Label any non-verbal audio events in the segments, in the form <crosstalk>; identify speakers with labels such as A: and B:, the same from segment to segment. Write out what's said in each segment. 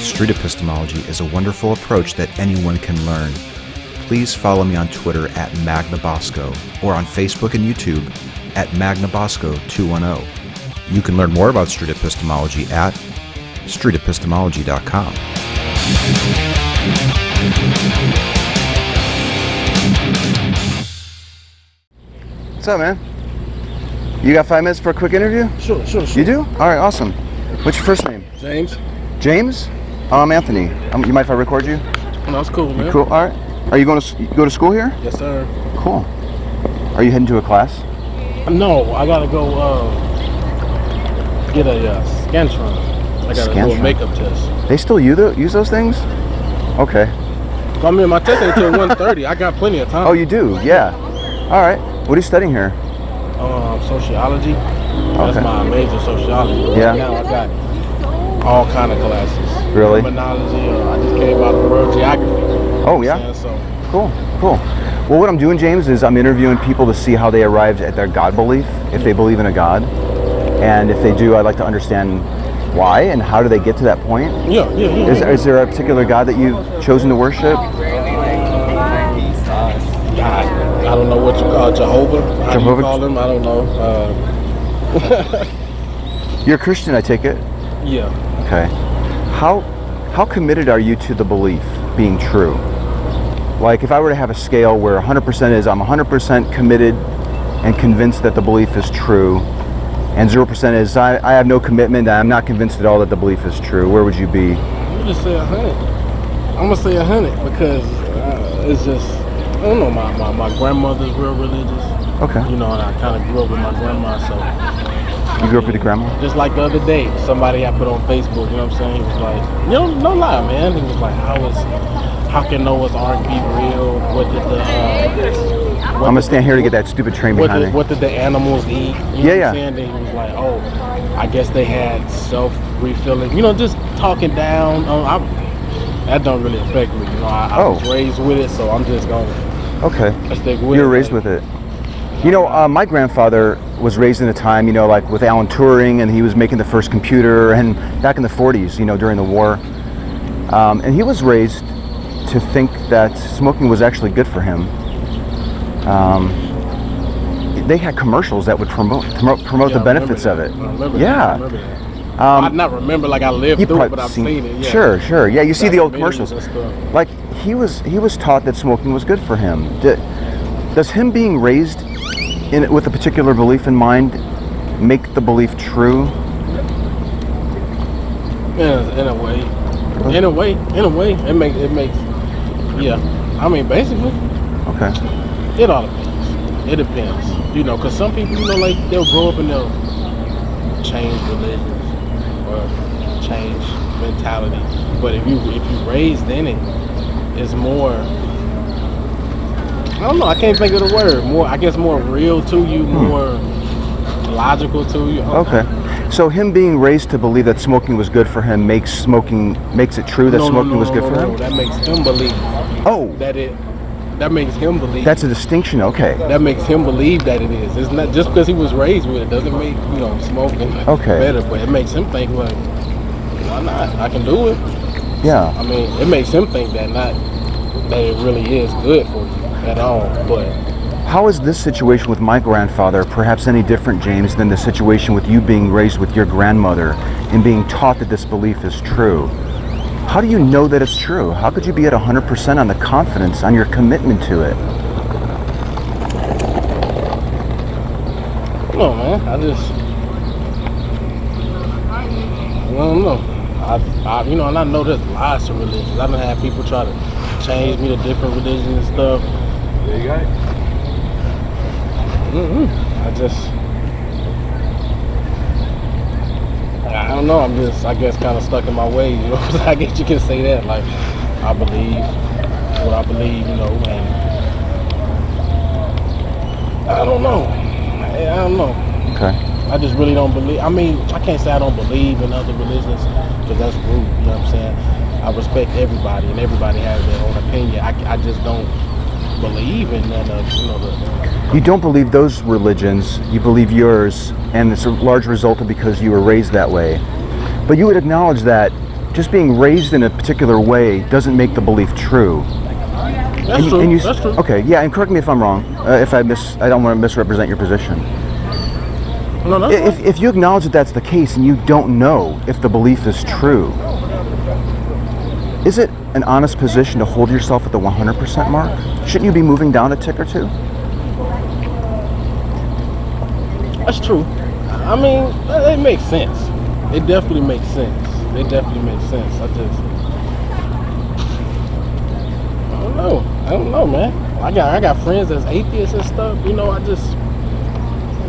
A: Street epistemology is a wonderful approach that anyone can learn. Please follow me on Twitter at Magna Bosco or on Facebook and YouTube at Magna Bosco 210. oh. You can learn more about street epistemology at streetepistemology.com.
B: What's up, man? You got five minutes for a quick interview?
C: Sure, sure,
B: You
C: sure.
B: do? All right, awesome. What's your first name?
C: James.
B: James? Oh, I'm Anthony. Um, you mind if I record you?
C: No, Oh, that's cool, man.
B: Cool. All right. Are you going to s- you go to school here?
C: Yes, sir.
B: Cool. Are you heading to a class?
C: No, I gotta go uh, get a uh, Scantron. I gotta do
B: Scantron?
C: a makeup test.
B: They still use, tho- use those things? Okay.
C: I mean, my
B: <laughs>
C: test ain't till 1.30. I got plenty of time.
B: Oh, you do? Yeah. All right. What are you studying here?
C: Um, sociology. That's
B: Okay.
C: my major, sociology.
B: Yeah.
C: Right now I got all kind of classes.
B: Really?
C: Criminology. Uh, I just came out of world geography.
B: Oh, yeah.
C: And so,
B: Cool. Cool. Well, what I'm doing, James, is I'm interviewing people to see how they arrived at their God belief, if they believe in a God. And if they do, I'd like to understand why and how do they get to that point.
C: yeah, yeah, yeah.
B: Is, is there a particular God that you've chosen to worship?
C: I, I don't know what you call it, Jehovah. How do you
B: Jehovah?
C: call him? I don't know. Uh,
B: You're a Christian, I take it.
C: yeah.
B: Okay. How how committed are you to the belief being true? Like if I were to have a scale where 100% is I'm 100% committed and convinced that the belief is true, and 0% is I, I have no commitment, I'm not convinced at all that the belief is true, where would you be?
C: I'm gonna say a hundred. I'm gonna say a hundred because uh, it's just I don't know. My, my, my grandmother's real religious,
B: Okay.
C: you know, and I kind of grew up with my grandma. So
B: You grew up with a grandma?
C: just like the other day, somebody I put on Facebook, you know what I'm saying? He was like, you know, no lie, man. He was like, how is how can Noah's Ark be real? What did the uh,
B: I'm
C: what
B: gonna
C: did-
B: stand here to get that stupid train
C: what
B: behind
C: did,
B: me.
C: what did the animals eat? You know
B: Yeah,
C: what
B: yeah.
C: I'm saying? Then he was like, oh, I guess they had self refilling. You know, just talking down. Um, I, that don't really affect me. You know, I, I was
B: Oh.
C: raised with it, so I'm just going to
B: Okay.
C: stick with it.
B: You were raised with it. You know, uh, my grandfather was raised in a time, you know, like with Alan Turing, and he was making the first computer, and back in the 40s, you know, during the war. Um, and he was raised to think that smoking was actually good for him. Um, they had commercials that would promote promote, promote
C: Yeah,
B: the
C: I remember
B: benefits
C: that.
B: of it.
C: I remember that. I
B: yeah,
C: remember that. I
B: um,
C: not remember like I lived
B: you
C: through it,
B: probably
C: but I've seen, it. Yeah.
B: Sure, sure. Yeah, you see the old
C: Documentaries
B: commercials
C: and stuff.
B: like he was he was taught that smoking was good for him D does him being raised in with a particular belief in mind make the belief true
C: Yeah, in a way, in a way, in a way, it makes it makes. Yeah, I mean, basically,
B: okay
C: It all depends. It depends. You know, because some people, you know, like they'll grow up and they'll change religions or change mentality. But if you if you raised in it, it's more. I don't know. I can't think of the word. More, I guess, more real to you, more logical to you.
B: Hmm. okay so him being raised to believe that smoking was good for him makes smoking makes it true that
C: No, no,
B: smoking
C: no,
B: was
C: no,
B: good
C: no,
B: for
C: no.
B: him
C: That makes him believe
B: oh
C: that it. That makes him believe.
B: that's a distinction okay
C: that makes him believe that it is. It's not just because he was raised with it doesn't make you know smoking
B: Okay.
C: better, but it makes him think like, why not? I can do it.
B: yeah
C: I mean, it makes him think that not that it really is good for you at all. But
B: how is this situation with my grandfather perhaps any different james than the situation with you being raised with your grandmother and being taught that this belief is true How do you know that it's true? How could you be at 100% on the confidence, on your commitment to it?
C: come on, man, I just I don't know. I, I you know, and I know there's lots of religions. I done had people try to change me to different religions and stuff.
D: There you go.
C: Mm-hmm. I just, I don't know. I'm just, I guess, kind of stuck in my ways. You know, <laughs> what I'm saying? I guess you can say that. Like, I believe what I believe. You know, and I don't know. I, I don't know.
B: Okay.
C: I just really don't believe. I mean, I can't say I don't believe in other religions because that's rude. You know what I'm saying? I respect everybody, and everybody has their own opinion. I, I just don't believe in none of you know the
B: You don't believe those religions, you believe yours, and it's a large result of because you were raised that way. But you would acknowledge that just being raised in a particular way doesn't make the belief true.
C: That's
B: And you-
C: true.
B: and you-
C: that's true.
B: Okay, yeah, and correct me if I'm wrong. Uh, if I mis, I don't want to misrepresent your position.
C: No, that's
B: If, if you acknowledge that that's the case and you don't know if the belief is true, is it an honest position to hold yourself at the 100% mark? Shouldn't you be moving down a tick or two?
C: That's true. I mean, it it makes sense. It definitely makes sense. It definitely makes sense. I just, I don't know. I don't know, man. I got, I got friends that's atheists and stuff. You know, I just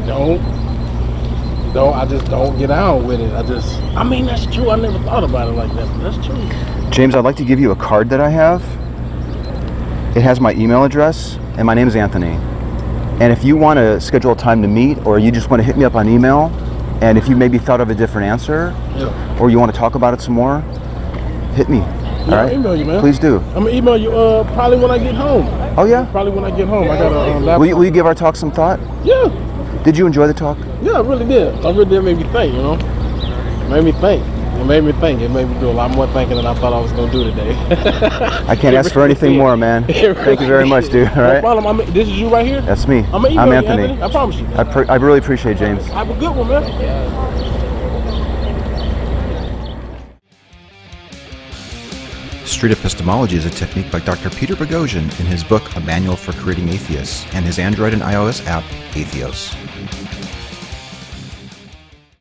C: don't, don't. I just don't get on with it. I just, I mean, that's true. I never thought about it like that. But that's true.
B: James, I'd like to give you a card that I have. It has my email address, and my name is Anthony. And if you want to schedule a time to meet, or you just want to hit me up on email, and if you maybe thought of a different answer,
C: Yeah.
B: or you want to talk about it some more, hit me. All
C: Yeah,
B: right?
C: email you, man.
B: Please do.
C: I'm gonna email you. Uh, probably when I get home.
B: Oh, yeah?
C: Probably when I get home. I got a uh, laptop.
B: Will you, will you give our talk some thought?
C: yeah.
B: Did you enjoy the talk?
C: Yeah, I really did. I really did make me think, you know? Made me think. It made me think. It made me do a lot more thinking than I thought I was going to do today. <laughs>
B: I can't ask for anything more, man. Thank you very much, dude. All
C: No
B: right?
C: problem. I'm, this is you right here?
B: That's me.
C: I'm, gonna
B: I'm
C: email you,
B: Anthony.
C: I promise you.
B: I, pre- I really appreciate it, James.
C: Have a good one, man.
A: Street epistemology is a technique by Dr. Peter Boghossian in his book A Manual for Creating Atheists and his Android and iOS app, Atheos.